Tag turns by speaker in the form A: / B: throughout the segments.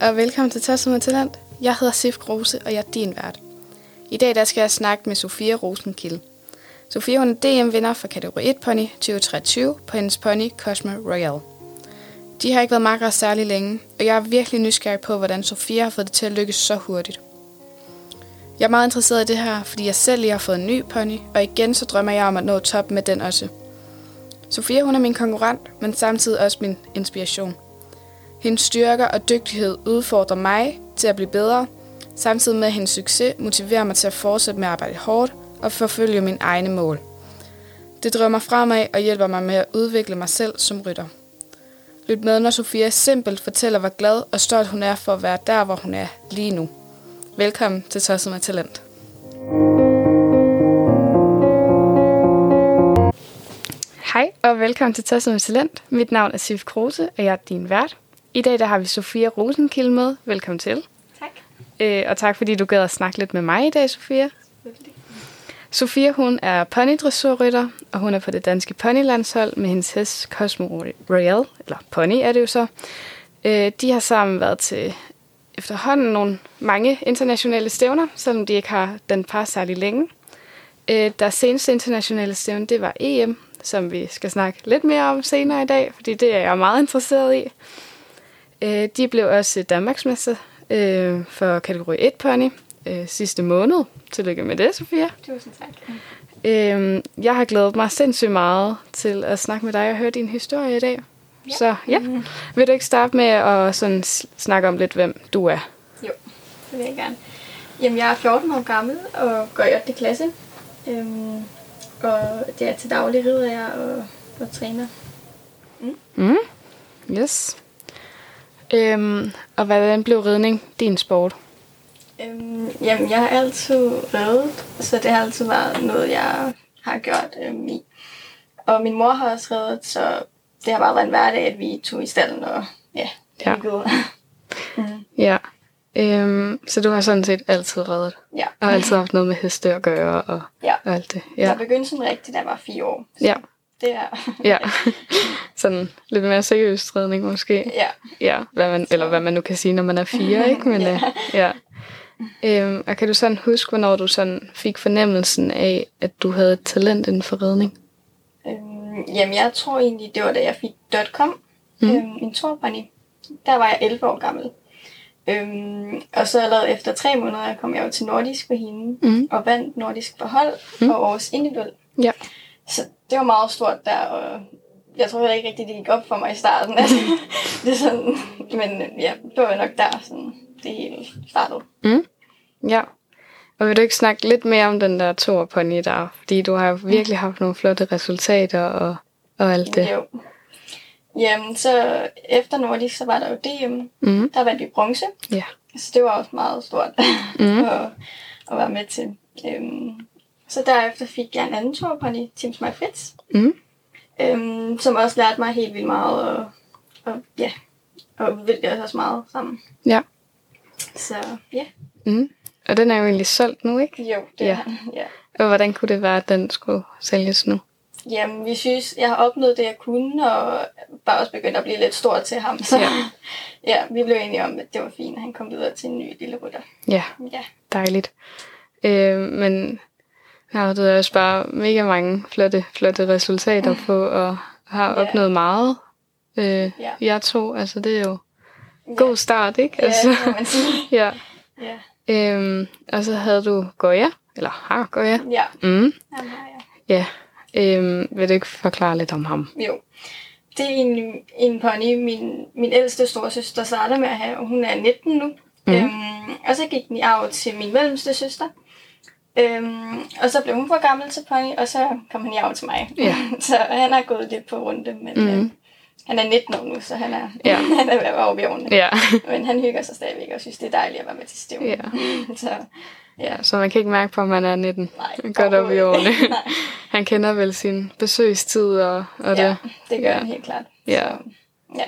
A: og velkommen til Tosset med Talent. Jeg hedder Sif Grose, og jeg er din vært. I dag der skal jeg snakke med Sofia Rosenkilde. Sofia hun er DM-vinder for kategori 1 pony 2023 på hendes pony Cosmo Royal. De har ikke været makkere særlig længe, og jeg er virkelig nysgerrig på, hvordan Sofia har fået det til at lykkes så hurtigt. Jeg er meget interesseret i det her, fordi jeg selv lige har fået en ny pony, og igen så drømmer jeg om at nå top med den også. Sofia hun er min konkurrent, men samtidig også min inspiration. Hendes styrker og dygtighed udfordrer mig til at blive bedre, samtidig med at hendes succes motiverer mig til at fortsætte med at arbejde hårdt og forfølge mine egne mål. Det drømmer mig fremad og hjælper mig med at udvikle mig selv som rytter. Lyt med, når Sofia simpelt fortæller, hvor glad og stolt hun er for at være der, hvor hun er lige nu. Velkommen til Tosset med Talent. Hej og velkommen til Tosset med Talent. Mit navn er Sif Kruse, og jeg er din vært. I dag der har vi Sofia Rosenkilde med. Velkommen til.
B: Tak.
A: Øh, og tak fordi du gad at snakke lidt med mig i dag, Sofia. Sofia hun er ponydressurrytter, og hun er på det danske ponylandshold med hendes hest Cosmo Royal, eller pony er det jo så. Øh, de har sammen været til efterhånden nogle mange internationale stævner, selvom de ikke har den par særlig længe. Øh, deres seneste internationale stævne, det var EM, som vi skal snakke lidt mere om senere i dag, fordi det er jeg meget interesseret i. Øh, de blev også Danmarksmester øh, for kategori 1 pony øh, sidste måned. Tillykke med det, Sofia.
B: Tusind tak.
A: Øh, jeg har glædet mig sindssygt meget til at snakke med dig og høre din historie i dag. Ja. Så ja, vil du ikke starte med at sådan s- snakke om lidt, hvem du er?
B: Jo, det vil jeg gerne. Jamen, jeg er 14 år gammel og går i 8. klasse. Øhm, og det er til daglig rider jeg og, og træner.
A: Yes. Øhm, og hvordan blev ridning din sport?
B: Øhm, jamen, jeg har altid reddet, så det har altid været noget, jeg har gjort øhm, i. Og min mor har også reddet, så det har bare været en hverdag, at vi tog i stallen og ja, det
A: Ja.
B: ja. Gået.
A: Ja. Øhm, så du har sådan set altid reddet,
B: ja.
A: og altid haft noget med heste at gøre og,
B: Ja.
A: og alt det.
B: ja.
A: Ja.
B: Jeg begyndte sådan rigtigt, da jeg var fire år.
A: ja.
B: Det er,
A: Ja. Sådan lidt mere seriøs redning måske.
B: ja.
A: Ja, hvad man, eller hvad man nu kan sige, når man er fire, ikke? Men, ja. ja. Øhm, og kan du sådan huske, hvornår du sådan fik fornemmelsen af, at du havde et talent inden for redning?
B: Øhm, jamen, jeg tror egentlig, det var da jeg fik .com, mm. øhm, en torbunny. Der var jeg 11 år gammel. Øhm, og så allerede efter tre måneder kom jeg jo til Nordisk for hende,
A: Mm.
B: og vandt Nordisk for hold mm. og års individuel.
A: Ja.
B: Så det var meget stort der, og jeg tror heller ikke rigtigt, det gik op for mig i starten. at det er sådan, men øh, ja, det var nok der, sådan, det hele startede.
A: Ja. Og vil du ikke snakke lidt mere om den der toer pony der? Fordi du har jo virkelig haft nogle flotte resultater og, og alt det.
B: Jo. Jamen, så efter Nordisk, så var der jo DM.
A: Mm.
B: Der vandt vi bronze.
A: Ja.
B: Så det var også meget stort
A: Mhm.
B: mm. at, at være med til. Øhm, så derefter fik jeg en anden togpony, Teams My Fritz,
A: Mm.
B: øhm, som også lærte mig helt vildt meget, og, og ja, og udviklede os også meget sammen.
A: Ja.
B: Så ja,
A: Mm. Og den er jo egentlig solgt nu, ikke?
B: jo, det
A: Ja.
B: ja. ja.
A: Og hvordan kunne det være, at den skulle sælges nu?
B: Jamen, vi synes, jeg har opnået det, jeg kunne, og bare også begyndt at blive lidt stor til ham. Så
A: Ja.
B: ja, ja vi blev enige om, at det var fint, at han kom videre til en ny lille rytter.
A: Ja.
B: Ja.
A: Dejligt. Øh, men har du også bare mega mange flotte, flotte resultater på, og har
B: Ja.
A: opnået meget. Øh,
B: Ja.
A: Jeg to, altså det er jo god start, ikke?
B: Ja,
A: Altså,
B: det må man sige.
A: ja.
B: Ja,
A: Øhm, og så havde du Goya, eller har Goya.
B: ja.
A: Mm,
B: Jamen, har jeg.
A: ja. Øhm, vil du ikke forklare lidt om ham?
B: Jo. Det er en, en pony, min, min ældste storsøster starter med at have, og hun er 19 nu.
A: Mhm.
B: Mm. Øhm, og så gik den i arv til min mellemste søster. Øhm, og så blev hun for gammel til pony, og så kom han i arv til mig.
A: Ja.
B: så han har gået lidt på runde, men
A: Mhm.
B: mm. øh, han er 19 år nu, så han er,
A: Ja.
B: ja. han er ved at være oppe i årene.
A: Ja.
B: Men han hygger sig stadigvæk og synes, det er dejligt at være med til stævnen.
A: Ja.
B: så ja,
A: Så man kan ikke mærke på, at man er 19.
B: nej.
A: Godt op i
B: overhovedet ikke.
A: årene.
B: Nej.
A: Han kender vel sin besøgstid og, og
B: ja,
A: det.
B: det gør
A: Ja.
B: han helt klart.
A: Ja.
B: Så, ja.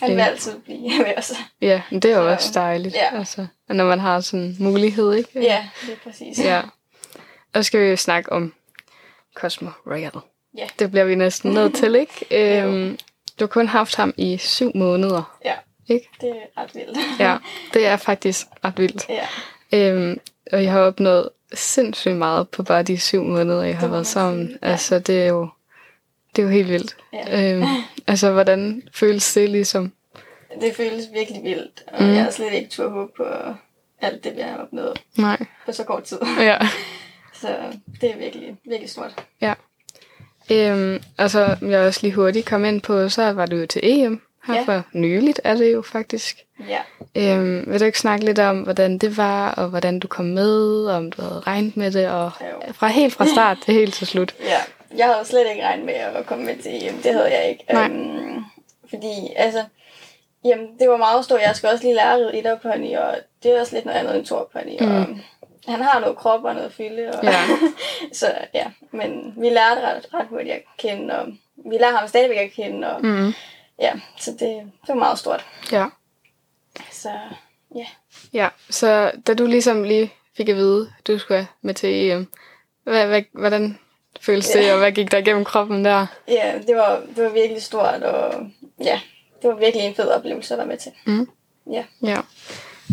B: Han
A: Det-
B: vil altid blive ved os.
A: Ja, men det er jo
B: Så-
A: også dejligt.
B: ja.
A: Altså, og når man har sådan en mulighed, ikke?
B: Ja, det er præcis.
A: ja. Og så skal vi jo snakke om Cosmo Royal.
B: Ja.
A: Det bliver vi næsten nødt til, ikke?
B: Jo.
A: Øhm, du har kun haft ham i syv måneder.
B: Ja.
A: Ikke?
B: Det er ret vildt.
A: Ja, det er faktisk ret vildt.
B: ja.
A: Øhm, og jeg har opnået sindssygt meget på bare de syv måneder, jeg har
B: Det må man
A: været sammen.
B: sige, ja.
A: Altså, det er jo, det er jo helt vildt.
B: Ja.
A: Øhm, altså, hvordan føles det ligesom?
B: Det føles virkelig vildt, og
A: Mm.
B: mm. jeg har slet ikke tur håbe på alt det, vi har opnået
A: Nej.
B: på så kort tid.
A: Ja.
B: Så det er virkelig, virkelig stort.
A: Øhm, og så vil jeg også lige hurtigt komme ind på, så var du jo til EM her ja.
B: Ja.
A: for nyligt, er det jo faktisk.
B: Ja.
A: Øhm, vil du ikke snakke lidt om, hvordan det var, og hvordan du kom med, og om du havde regnet med det, og
B: Jo.
A: fra helt fra start til helt til slut?
B: Ja, jeg havde slet ikke regnet med at komme med til EM. Det havde jeg ikke.
A: Nej.
B: Øhm, fordi, altså, jamen, det var meget stort. Jeg skal også lige lære at ride etterpony, og det er også lidt noget andet end torpony. Mm. Og han har noget krop og noget fylde. Og,
A: Ja.
B: så ja, men vi lærte ret, ret hurtigt at kende, og vi lærer ham stadigvæk at kende. Og,
A: Mm.
B: Ja, så det, det var meget stort.
A: Ja.
B: Så ja,
A: ja, så da du ligesom lige fik at vide, du skulle med til EM, hvad, hvad, hvordan føles det,
B: Ja.
A: og hvad gik der igennem kroppen der?
B: ja det, var, det var virkelig stort, og ja, det var virkelig en fed oplevelse at være med til.
A: Mm.
B: Ja,
A: Ja.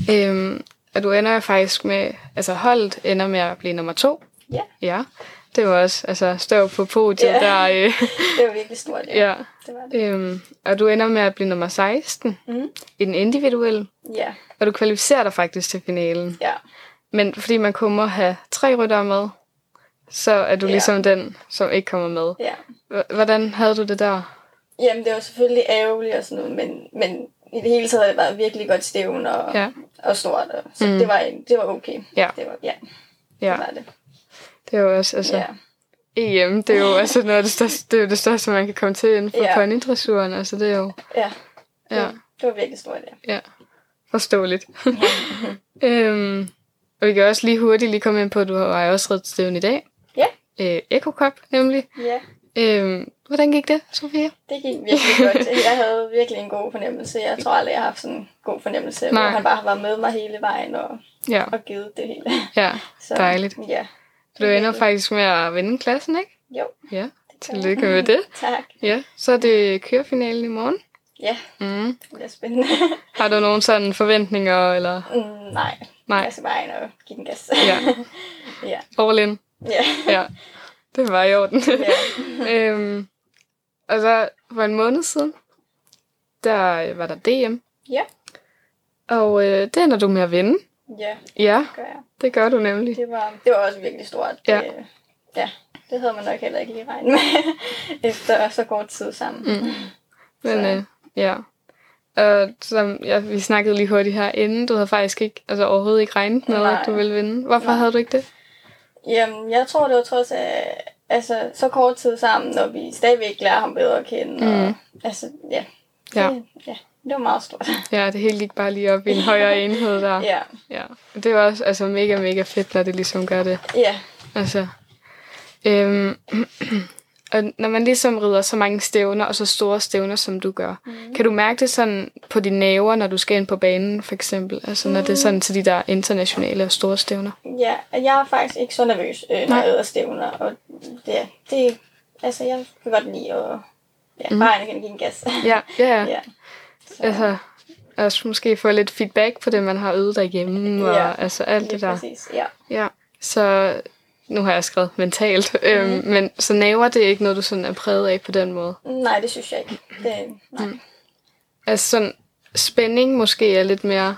A: Øhm, og du ender jo faktisk med, altså holdet ender med at blive nummer to.
B: Ja.
A: Ja. Det var også, altså stå på podiet
B: Ja.
A: der. Øh,
B: det var virkelig stort. Ja,
A: ja.
B: det var det.
A: Øhm, og du ender med at blive nummer 16
B: Mhm.
A: i den individuelle,
B: Ja,
A: og du kvalificerer dig faktisk til finalen.
B: ja.
A: Men fordi man kun må have tre ryttere med, så er du
B: Ja.
A: ligesom den, som ikke kommer med.
B: Ja.
A: H- hvordan havde du det der?
B: Jamen, det var selvfølgelig ærgerligt og sådan noget, men, men i det hele taget har det været virkelig godt stævn og,
A: Ja.
B: og stort, og, så
A: Mm.
B: mm. det, var, en- det var okay.
A: Ja.
B: Det var, ja,
A: Ja,
B: det var det.
A: det er jo også, altså,
B: Ja.
A: EM, det er jo altså noget af det største, det, er jo det største man kan komme til inden for
B: Ja.
A: ponydressuren, altså det er jo,
B: ja,
A: ja,
B: det var virkelig stort, ja.
A: ja, forståeligt. øhm, og vi kan også lige hurtigt lige komme ind på, at du har jo også reddet stævn i dag.
B: Ja.
A: Øh, Echo Cup, nemlig.
B: Ja,
A: Øhm, hvordan gik det, Sofia?
B: det gik virkelig godt. Jeg havde virkelig en god fornemmelse. Jeg tror aldrig, jeg har haft sådan en god fornemmelse,
A: Nej.
B: hvor han bare har været med mig hele vejen og,
A: Ja,
B: og givet det hele.
A: ja.
B: Så,
A: Dejligt.
B: Ja.
A: Du ender
B: Virkelig.
A: faktisk med at vinde klassen, ikke?
B: Jo,
A: Ja,
B: gør jeg.
A: tillykke med det.
B: tak.
A: Ja, så er det kørefinalen i morgen.
B: Ja,
A: Mm.
B: det er spændende.
A: Har du nogen sådan forventninger, eller
B: Mm, Nej,
A: Nej.
B: jeg skal bare ind og give den gas.
A: Ja.
B: ja.
A: all in?
B: Ja.
A: Ja, det var i orden.
B: ja.
A: øhm, og så for en måned siden, der øh, var der DM.
B: Ja.
A: Og øh, det ender du med at vinde.
B: ja,
A: Ja,
B: gør jeg.
A: det gør du nemlig.
B: Det var, det var også virkelig stort.
A: Ja.
B: Det, ja, det havde man nok heller ikke lige regnet med, efter så kort tid sammen.
A: Mm. Men
B: Så-
A: øh, ja. Og som ja, vi snakkede lige hurtigt her inden, du havde faktisk ikke, altså overhovedet ikke regnet med,
B: Nej.
A: at du ville vinde. Hvorfor
B: Nej.
A: havde du ikke det?
B: Jamen, jeg tror, det var trods af altså, så kort tid sammen, når vi stadigvæk lærer ham bedre at kende. Og, altså, ja. Det,
A: Mm. Ja.
B: ja. Det var meget stort.
A: Ja, det hele gik bare lige op i en højere enhed der.
B: ja.
A: ja. Og det var også altså, mega, mega fedt, når det ligesom gør det.
B: Ja.
A: Altså, øhm, og når man ligesom rider så mange stævner og så store stævner, som du gør, mm. kan du mærke det sådan på dine naver, når du skal ind på banen, for eksempel? Altså, når det er sådan til de der internationale og store stævner?
B: Ja, og jeg er faktisk ikke så nervøs, øh, når
A: Nej.
B: jeg æder stævner. Og det, det, altså, jeg kan godt lide at ja, mm. bare give en gas.
A: Mhm. Ja, ja, ja.
B: ja.
A: Altså, også måske få lidt feedback på det, man har øvet derhjemme, og
B: Ja,
A: altså alt
B: Lige
A: det der.
B: præcis, ja.
A: Ja, så nu har jeg skrevet mentalt, øhm, men så naver det er ikke noget, du sådan er præget af på den måde?
B: Nej, det synes jeg ikke. Det, nej. Mm.
A: Altså sådan, spænding måske er lidt mere...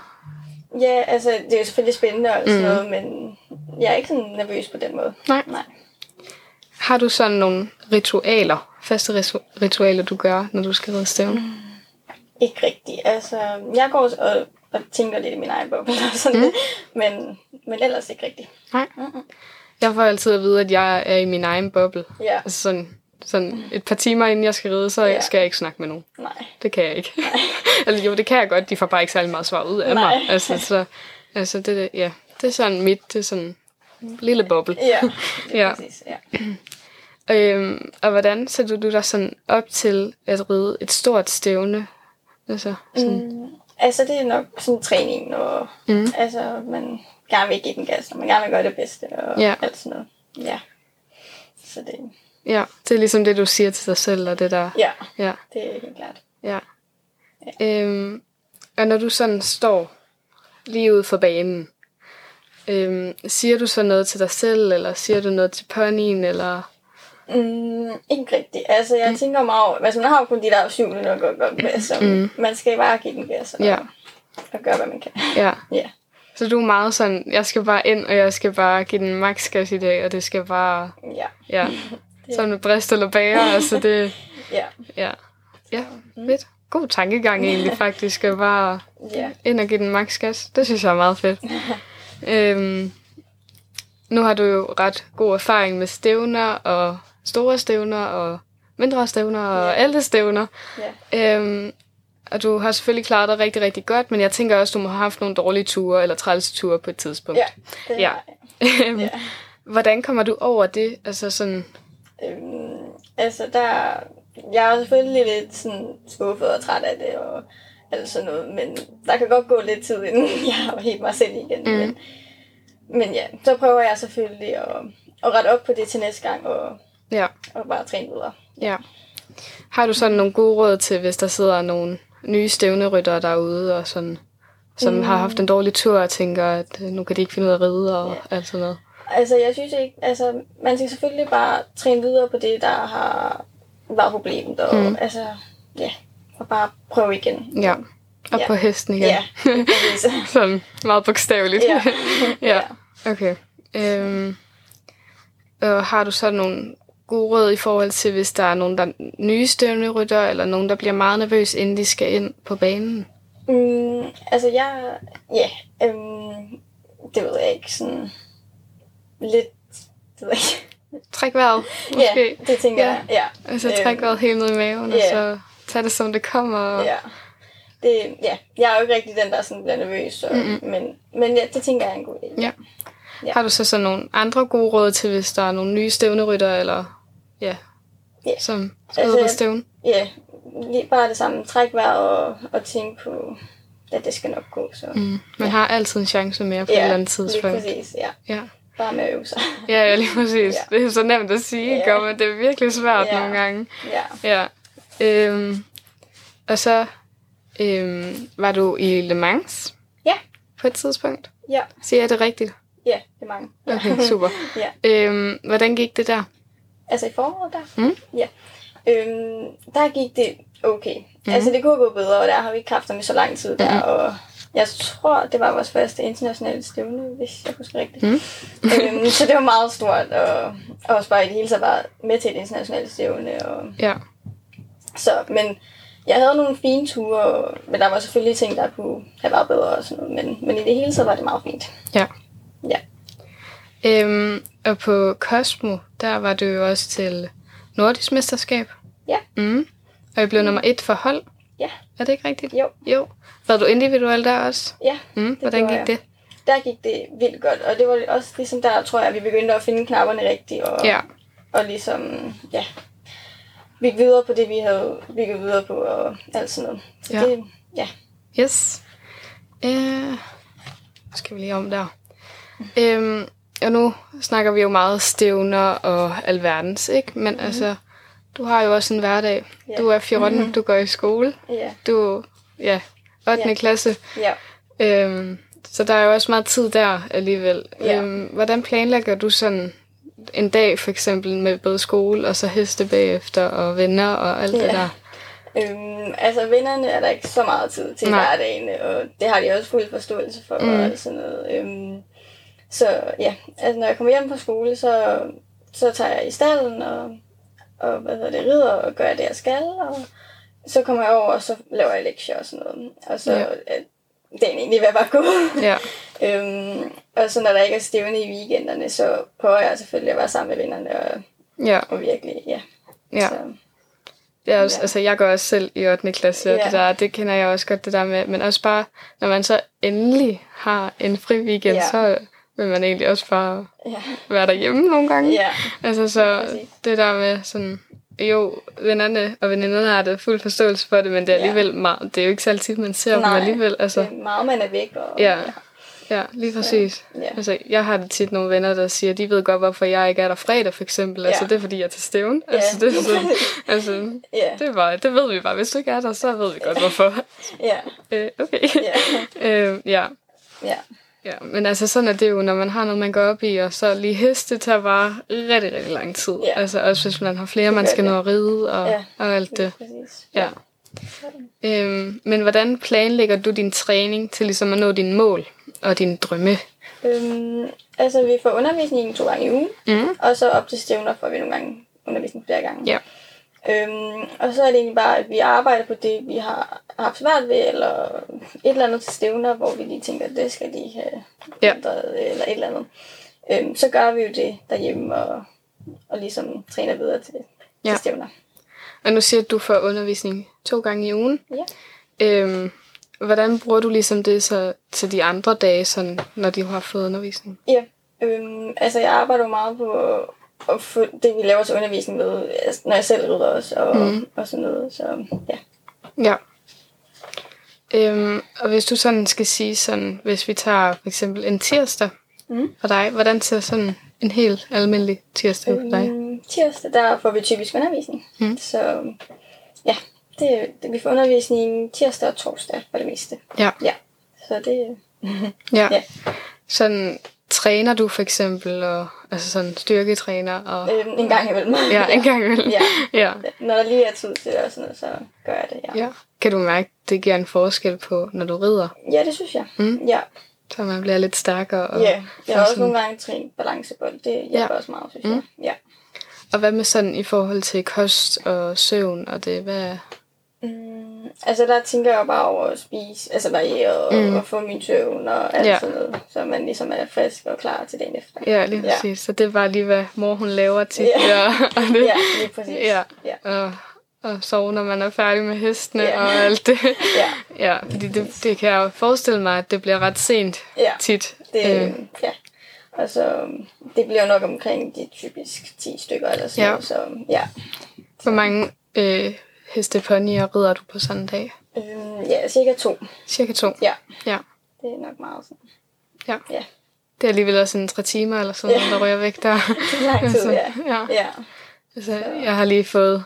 B: Ja, altså, det er jo selvfølgelig spændende og sådan mm. noget, men jeg er ikke sådan nervøs på den måde.
A: Mhm. Nej.
B: Nej.
A: Har du sådan nogle ritualer, faste ritu- ritualer, du gør, når du skal redde stævne? Mm.
B: Ikke rigtigt. Altså, jeg går også og, og tænker lidt i min egen boble og
A: Mhm.
B: sådan mm. men, men ellers ikke rigtigt.
A: Nej. Jeg får altid at vide, at jeg er i min egen boble.
B: Ja,
A: Altså sådan, sådan et par timer inden jeg skal ride, så
B: Ja.
A: skal jeg ikke snakke med nogen.
B: nej.
A: Det kan jeg ikke. altså jo, det kan jeg godt. De får bare ikke særlig meget svar ud af
B: Nej.
A: mig. Altså, så, altså det, det- ja, det er sådan mit, det er sådan en lille boble.
B: Ja, det er
A: Ja.
B: ja. præcis. Ja.
A: Øhm, og hvordan sætter du dig sådan op til at ride et stort stævne? Altså, sådan, mm.
B: Altså, det er nok sådan træningen, og mm. altså, man gerne vil give den gas, og man gerne vil gøre det bedste, og
A: Ja.
B: ja. alt sådan noget. Ja. Så det,
A: ja, det er ligesom det, du siger til dig selv, og det der,
B: ja,
A: ja.
B: det er helt klart.
A: Ja. Øhm, Og når du sådan står lige ude for banen, øhm, siger du så noget til dig selv, eller siger du noget til ponyen, eller...
B: Mm, ikke rigtigt. Altså, jeg tænker mig over, altså, man har jo kun de der syv minutter at gå godt med, så mm. man skal bare give den gas og,
A: Ja,
B: og gøre, hvad man kan.
A: ja.
B: Ja.
A: Så du er meget sådan, jeg skal bare ind, og jeg skal bare give den maks gas i dag, og det skal bare...
B: Ja.
A: Ja, sådan med brist eller bager, altså det...
B: Ja.
A: Ja, ja fedt. God tankegang egentlig faktisk, at bare
B: Ja.
A: ind og give den maks gas. Det synes jeg er meget fedt. øhm, nu har du jo ret god erfaring med stævner og store stævner og mindre stævner og
B: Ja.
A: alle stævner.
B: Ja.
A: Øhm, og du har selvfølgelig klaret dig rigtig, rigtig godt, men jeg tænker også, du må have haft nogle dårlige ture eller trælse ture på et tidspunkt.
B: Ja. Det
A: Ja.
B: har jeg.
A: Øhm,
B: Ja.
A: Hvordan kommer du over det? Altså sådan,
B: Øhm, altså, der... Jeg er jo selvfølgelig lidt sådan skuffet og træt af det, og alt sådan noget, men der kan godt gå lidt tid, inden jeg er helt mig selv igen. Mm. Men, men ja, så prøver jeg selvfølgelig at, at rette op på det til næste gang, og,
A: ja,
B: og bare træne videre.
A: ja. Har du sådan nogle gode råd til, hvis der sidder nogle nye stævneryttere derude, og sådan, som mm. har haft en dårlig tur og tænker, at øh, nu kan de ikke finde ud af at ride og alt sådan noget?
B: Altså, jeg synes ikke, altså, man skal selvfølgelig bare træne videre på det, der har været problemet, og mm. altså, ja, og bare prøve igen.
A: Ja. Og
B: Ja.
A: på hesten igen.
B: Ja, præcis.
A: sådan meget bogstaveligt.
B: Ja.
A: ja. Okay. Øhm, og har du så nogle gode råd i forhold til, hvis der er nogen, der er nye stævnerytter, eller nogen, der bliver meget nervøs, inden de skal ind på banen?
B: Mm, altså, jeg, ja, øhm, det ved jeg ikke, sådan lidt, det ved jeg ikke.
A: Træk vejret, måske.
B: Ja, det tænker
A: Ja.
B: jeg, ja.
A: Og så træk Altså, vejret helt ned i maven, og
B: ja.
A: så tag det, som det kommer. Og...
B: Ja. Det, ja, jeg er jo ikke rigtig den, der sådan bliver nervøs, så, mm-hmm. men, men ja, det tænker jeg er en god idé.
A: Ja.
B: Ja.
A: Har du så sådan nogle andre gode råd til, hvis der er nogle nye stævnerytter, eller ja,
B: Ja.
A: som skal
B: Altså,
A: altså, på
B: jeg-
A: stævn?
B: Ja, lige bare det samme. Træk vejret og, og tænk på, at det skal nok gå. Så. Mm,
A: Man har altid en chance mere på et eller andet tidspunkt.
B: Lige præcis, ja.
A: Ja.
B: Bare med at øve sig.
A: Ja, ja, lige præcis. Ja.
B: Ja.
A: Det er så nemt at sige, ikke?
B: Ja.
A: Ja. Men det er virkelig svært ja.
B: Ja.
A: nogle gange.
B: ja.
A: Ja. Øhm, og så øhm, var du i Le Mans
B: Ja,
A: på et tidspunkt.
B: ja,
A: Siger jeg det rigtigt?
B: ja, det er mange. Ja.
A: Okay, super.
B: ja.
A: øhm, hvordan gik det der?
B: Altså i foråret der?
A: Mm.
B: Ja. Øhm, der gik det okay.
A: Mhm.
B: Mm. Altså det kunne gå bedre, og der har vi ikke kræfter med så lang tid der. Mm. Og jeg tror, det var vores første internationale stævne, hvis jeg husker rigtigt.
A: Mhm.
B: Mm. øhm, så det var meget stort, og, og også bare i det hele taget bare med til et internationalt stævne. Og,
A: Ja.
B: Så, men jeg havde nogle fine ture, og- men der var selvfølgelig ting, der kunne have været bedre og sådan noget. Men, men i det hele taget var det meget fint.
A: Ja.
B: Ja.
A: Øhm, og på Cosmo, der var du jo også til Nordisk Mesterskab.
B: Ja.
A: Mm. Og I blev nummer et for hold.
B: Ja.
A: Er det ikke rigtigt?
B: Jo.
A: Jo. Var du individuel der også?
B: Ja,
A: Mm. Hvordan
B: gjorde
A: gik
B: jeg.
A: det?
B: der gik det vildt godt, og det var også ligesom der, tror jeg, at vi begyndte at finde knapperne rigtigt, og,
A: Ja.
B: og ligesom, ja, vi videre på det, vi havde bygget videre på, og alt sådan noget. Så
A: Ja.
B: det, ja.
A: Yes. Øh, skal vi lige om der. Øhm, og nu snakker vi jo meget stævner og alverdens, ikke? Men mm-hmm. altså, du har jo også en hverdag.
B: Mhm. Ja. Mhm.
A: Du er 14, mm-hmm. du går i skole.
B: Ja.
A: Du, ja, 8.
B: Ja.
A: klasse.
B: ja.
A: Øhm, så der er jo også meget tid der alligevel.
B: Ja.
A: Øhm, hvordan planlægger du sådan en dag for eksempel med både skole og så heste bagefter og venner og alt ja. det
B: Ja.
A: der?
B: Øhm, altså, vennerne er der ikke så meget tid til i
A: Nej.
B: hverdagen, og det har de også fuld forståelse for, mm. og alt sådan noget. Øhm, så ja, altså, når jeg kommer hjem fra skole, så, så tager jeg i stallen, og, og hvad hedder det, rider, og gør det, jeg skal, og så kommer jeg over, og så laver jeg lektier og sådan noget. Og så
A: Ja.
B: ja. er dagen egentlig ved at bare gå.
A: Ja,
B: øhm, og så når der ikke er stævne i weekenderne, så prøver jeg selvfølgelig at være sammen med vennerne, og,
A: ja,
B: og virkelig, ja.
A: ja.
B: Så,
A: Det er også, ja.
B: Ja.
A: altså, jeg går også selv i 8. klasse, og ja.
B: Ja.
A: det, der, det kender jeg også godt det der med. Men også bare, når man så endelig har en fri weekend, ja.
B: Ja.
A: så vil man egentlig også bare
B: ja.
A: være derhjemme nogle gange.
B: ja.
A: Altså så
B: Præcis.
A: det der med sådan, jo, vennerne og veninderne har det fuld forståelse for det, men det er
B: Ja.
A: alligevel meget, det er jo ikke så altid, man ser Nej. dem
B: Nej,
A: alligevel. Altså,
B: det er meget, man er væk, og
A: ja. Ja, lige præcis.
B: Ja.
A: Altså, jeg har det tit nogle venner, der siger, de ved godt, hvorfor jeg ikke er der fredag, for eksempel. Altså,
B: Ja.
A: det er, fordi jeg er til stævn.
B: Ja.
A: Altså, det, er sådan, altså,
B: Ja,
A: det, er bare, det ved vi bare. Hvis du ikke er der, så ved vi godt, hvorfor.
B: ja,
A: Øh, okay.
B: ja,
A: Øh, ja.
B: ja.
A: Ja, men altså sådan er det jo, når man har noget, man går op i, og så lige heste tager bare rigtig, rigtig lang tid.
B: Ja.
A: Altså også hvis man har flere, man
B: gør
A: skal
B: det.
A: nå at ride og,
B: Ja.
A: og alt det.
B: Præcis.
A: Ja. Øhm, men hvordan planlægger du din træning til ligesom at nå dine mål og dine drømme?
B: Øhm, altså, vi får undervisning to gange i ugen,
A: Mm.
B: og så op til stævner får vi nogle gange undervisning flere gange.
A: Ja.
B: Øhm, og så er det egentlig bare, at vi arbejder på det, vi har haft svært ved, eller et eller andet til stævner, hvor vi lige tænker, at det skal de have
A: Ja.
B: ændret, eller et eller andet. Øhm, så gør vi jo det derhjemme, og, og ligesom træner videre til,
A: Ja.
B: til stævner.
A: Og nu siger du, at du får undervisning to gange i ugen.
B: Ja.
A: Øhm, hvordan bruger du ligesom det så til de andre dage, sådan, når de har fået undervisning?
B: Ja, øhm, altså jeg arbejder jo meget på at få det, vi laver til undervisning med, altså, når jeg selv rydder også, og, mm. og sådan noget. Så ja.
A: Ja. Øhm, og hvis du sådan skal sige sådan, hvis vi tager for eksempel en tirsdag
B: Mm.
A: for dig, hvordan ser sådan en helt almindelig tirsdag ud for dig?
B: Øhm, tirsdag, der får vi typisk undervisning.
A: Mm.
B: Så ja, det, det, vi får undervisning tirsdag og torsdag for det meste.
A: Ja.
B: Ja, så det...
A: Ja.
B: ja.
A: Sådan træner du for eksempel, og, altså sådan styrketræner, og
B: Øhm, en gang imellem.
A: ja, en gang imellem.
B: Ja.
A: ja.
B: Når der lige er tid til det og sådan noget, så gør jeg det, ja.
A: ja. Kan du mærke, det giver en forskel på, når du rider,
B: Ja, det synes jeg.
A: Mm.
B: Ja.
A: så man bliver lidt stærkere? Og,
B: ja. Jeg
A: og
B: har også
A: sådan- Mm.
B: nogle gange trænet balancebold. Det hjælper ja. også meget, synes jeg. Ja.
A: Og hvad med sådan i forhold til kost og søvn og det? Hvad,
B: Mm, altså der tænker jeg bare over at spise, altså variere og, mm. og få min søvn og alt
A: Ja.
B: ja. sådan noget, så man ligesom er frisk og klar til dagen efter.
A: ja, lige
B: Ja.
A: præcis. Så det er bare lige, hvad mor hun laver tit.
B: Ja.
A: og det,
B: Ja, lige præcis.
A: Ja.
B: Ja.
A: og, og sove, når man er færdig med hestene
B: Ja.
A: og alt det.
B: Ja.
A: ja, fordi det, det kan jeg jo forestille mig, at det bliver ret sent
B: Ja.
A: tit.
B: Det,
A: Øh,
B: øh. ja. Og så, øhm, det bliver nok omkring de typisk 10 stykker eller sådan
A: Ja.
B: ja. noget, så ja.
A: hvor mange øh, hesteponyer rider du på sådan en dag?
B: Øhm, ja, cirka to.
A: Cirka to.
B: Ja,
A: Ja.
B: det er nok meget sådan.
A: Ja.
B: Ja,
A: Det er alligevel også en tre timer eller sådan noget,
B: Ja.
A: der rører væk der.
B: det er lang tid,
A: Altså,
B: ja.
A: ja.
B: Ja,
A: Altså, jeg har lige fået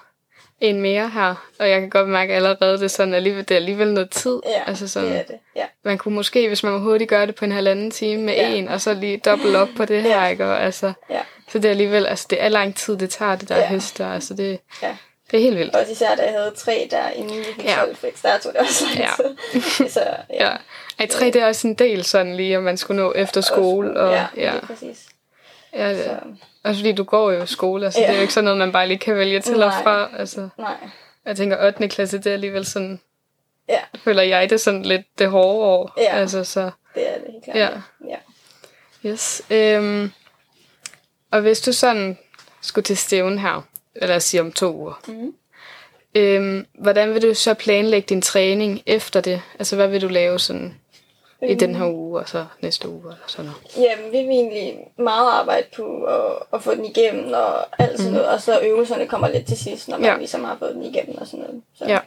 A: en mere her, og jeg kan godt mærke allerede, det er sådan alligevel, det er alligevel noget tid.
B: ja.
A: altså sådan,
B: det er det. Ja,
A: Man kunne måske, hvis man var hurtig, gøre det på en halvanden time med
B: Ja.
A: en, og så lige dobbelt op på det her, ja. ikke? Og altså,
B: ja,
A: Så det er alligevel, altså det er lang tid, det tager det der ja.
B: Ja.
A: hester, altså det,
B: ja.
A: det er helt vildt.
B: Også især, da jeg havde tre der, inden vi fik
A: Ja.
B: 12 fix, der tog det også lang
A: Ja.
B: tid. så ja.
A: Ja. Ej, tre, det er også en del sådan lige, at man skulle nå efter skole. Og,
B: ja,
A: ja,
B: lige præcis.
A: ja.
B: Så,
A: ja. Også fordi du går jo i skole, altså ja.
B: Ja.
A: det er jo ikke sådan noget, man bare lige kan vælge til og
B: Nej.
A: fra. Altså,
B: nej.
A: jeg tænker, 8. klasse, det er alligevel sådan,
B: Ja,
A: føler jeg det er sådan lidt det hårde år.
B: Ja.
A: Altså så,
B: det er det helt klart.
A: Ja.
B: ja.
A: yes. Øhm, og hvis du sådan skulle til stævnen her, eller lad os sige om to uger,
B: Mhm.
A: øhm, hvordan vil du så planlægge din træning efter det? Altså hvad vil du lave sådan i den her uge, og så næste uge, eller sådan noget.
B: Jamen, vi vil egentlig meget arbejde på at, at få den igennem og alt sådan noget. Og så øvelserne kommer lidt til sidst, når man
A: Mhm. Ja.
B: ja. ligesom har fået den igennem og sådan noget. Så
A: Ja.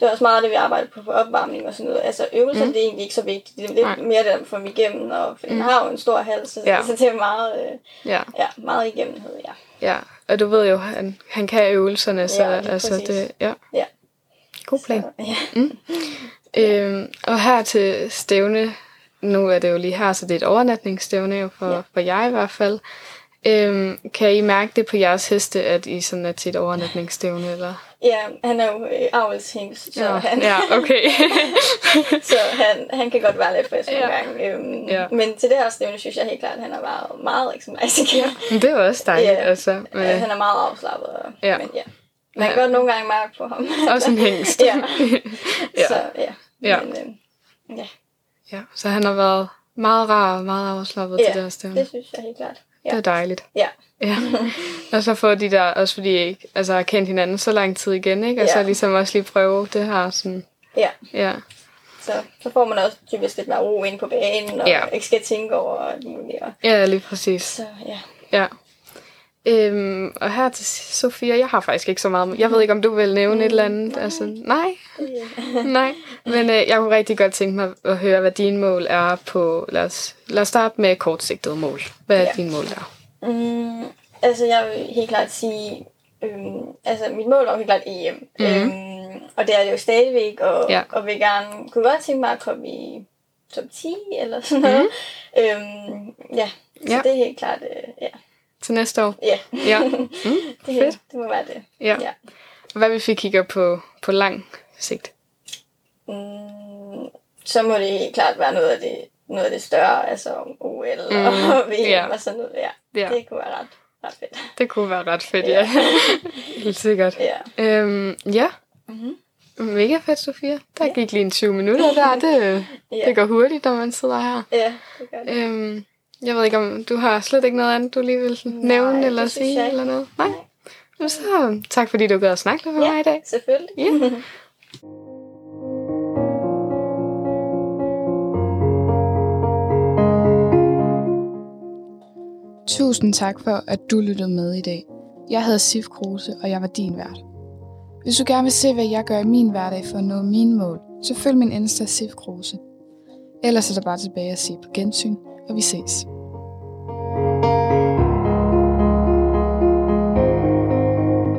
B: Det er også meget det, vi arbejder på for opvarmning og sådan noget. Altså, øvelser mm. det er egentlig ikke så vigtigt. Det er lidt
A: Mhm. Nej. Mhm.
B: mere det, at få dem igennem, og for den har jo en stor hals, så,
A: Ja.
B: ja. så det er meget, øh,
A: Ja,
B: ja, meget igennemhed, ja.
A: ja. Og du ved jo, han, han kan øvelserne, så
B: Ja,
A: ja,
B: lige
A: altså
B: præcis.
A: det, ja.
B: Ja.
A: God plan.
B: Så, ja.
A: Øhm, og her til stævne, nu er det jo lige her, så det er et overnatningsstævne jo for, ja.
B: Ja.
A: for jer i hvert fald. Øhm, kan I mærke det på jeres heste, at I sådan er til et overnatningsstævne, eller?
B: ja, han er jo øh, avlshings, så, ja. han,
A: ja okay.
B: så han, han kan godt være lidt frisk nogle
A: Ja.
B: gange. Øhm,
A: Ja.
B: Men til det her stævne synes jeg helt klart, at han har været meget ikke, som nice
A: Men det er jo også dejligt,
B: Ja.
A: altså. Men,
B: Øh, han er meget afslappet, og,
A: Ja.
B: ja. men ja. Man kan
A: Ja.
B: ja. godt nogle gange mærke på ham.
A: også en hængst.
B: ja.
A: Ja.
B: ja. Så ja.
A: Ja.
B: Men, øh, ja,
A: ja. Så han har været meget rar og meget afslappet ja.
B: Ja,
A: til det her stævne.
B: det synes jeg helt klart. Ja.
A: Det er dejligt.
B: Ja.
A: ja. Og så får de der, også fordi I ikke altså, har kendt hinanden så lang tid igen, ikke? Og ja. så
B: Ja.
A: ligesom også lige prøve det her sådan,
B: ja.
A: ja.
B: Så, så får man også typisk lidt mere ro ind på banen, og
A: Ja.
B: ja. ikke skal tænke over alt muligt. Og,
A: Ja, lige præcis.
B: så ja.
A: Ja. Øhm, og her til sidst, Sofia, jeg har faktisk ikke så meget. Jeg ved ikke, om du vil nævne mm, et eller andet. Nej. Altså, nej. nej. Men øh, jeg kunne rigtig godt tænke mig at høre, hvad dine mål er på... Lad os, lad os starte med kortsigtede mål. Hvad er ja. dine mål der?
B: Mm, altså, jeg vil helt klart sige... Øhm, altså, mit mål var jo helt klart EM. Mm. Øhm, og det er det jo stadigvæk, og,
A: Mhm. Ja.
B: ja. og vil gerne... Kunne godt tænke mig at komme i top 10 eller sådan noget. Mm. Øhm, ja, så
A: Mhm. Ja.
B: ja. det er helt klart... Øh, ja.
A: Til næste år?
B: ja.
A: Ja. Mm,
B: Det,
A: fedt.
B: det må være det.
A: Ja.
B: ja.
A: Hvad hvis vi kigger på, på lang sigt?
B: Mm, så må det helt klart være noget af det, noget af det større, altså om OL mm, og VM
A: ja.
B: yeah. og sådan noget. Ja.
A: Ja.
B: Det kunne være ret, ret fedt.
A: Det kunne være ret fedt, ja. Helt sikkert.
B: Ja.
A: Øhm, ja. Mm-hmm. Mega fedt, Sofia. Der gik lige en 20 minutter der. Det,
B: Ja.
A: det går hurtigt, når man sidder her.
B: Ja, det gør det.
A: Øhm, jeg ved ikke, om du har slet ikke noget andet, du lige vil nævne
B: det
A: eller
B: synes jeg
A: sige
B: ikke.
A: eller noget? Nej. Men så øh, tak, fordi du gad at snakke lidt med mig i dag.
B: Selvfølgelig.
A: Ja.
C: Tusind tak for, at du lyttede med i dag. Jeg hedder Sif Kruse, og jeg var din vært. Hvis du gerne vil se, hvad jeg gør i min hverdag for at nå mine mål, så følg min Insta Sif Kruse. Ellers er der bare tilbage at se på gensyn, og vi ses.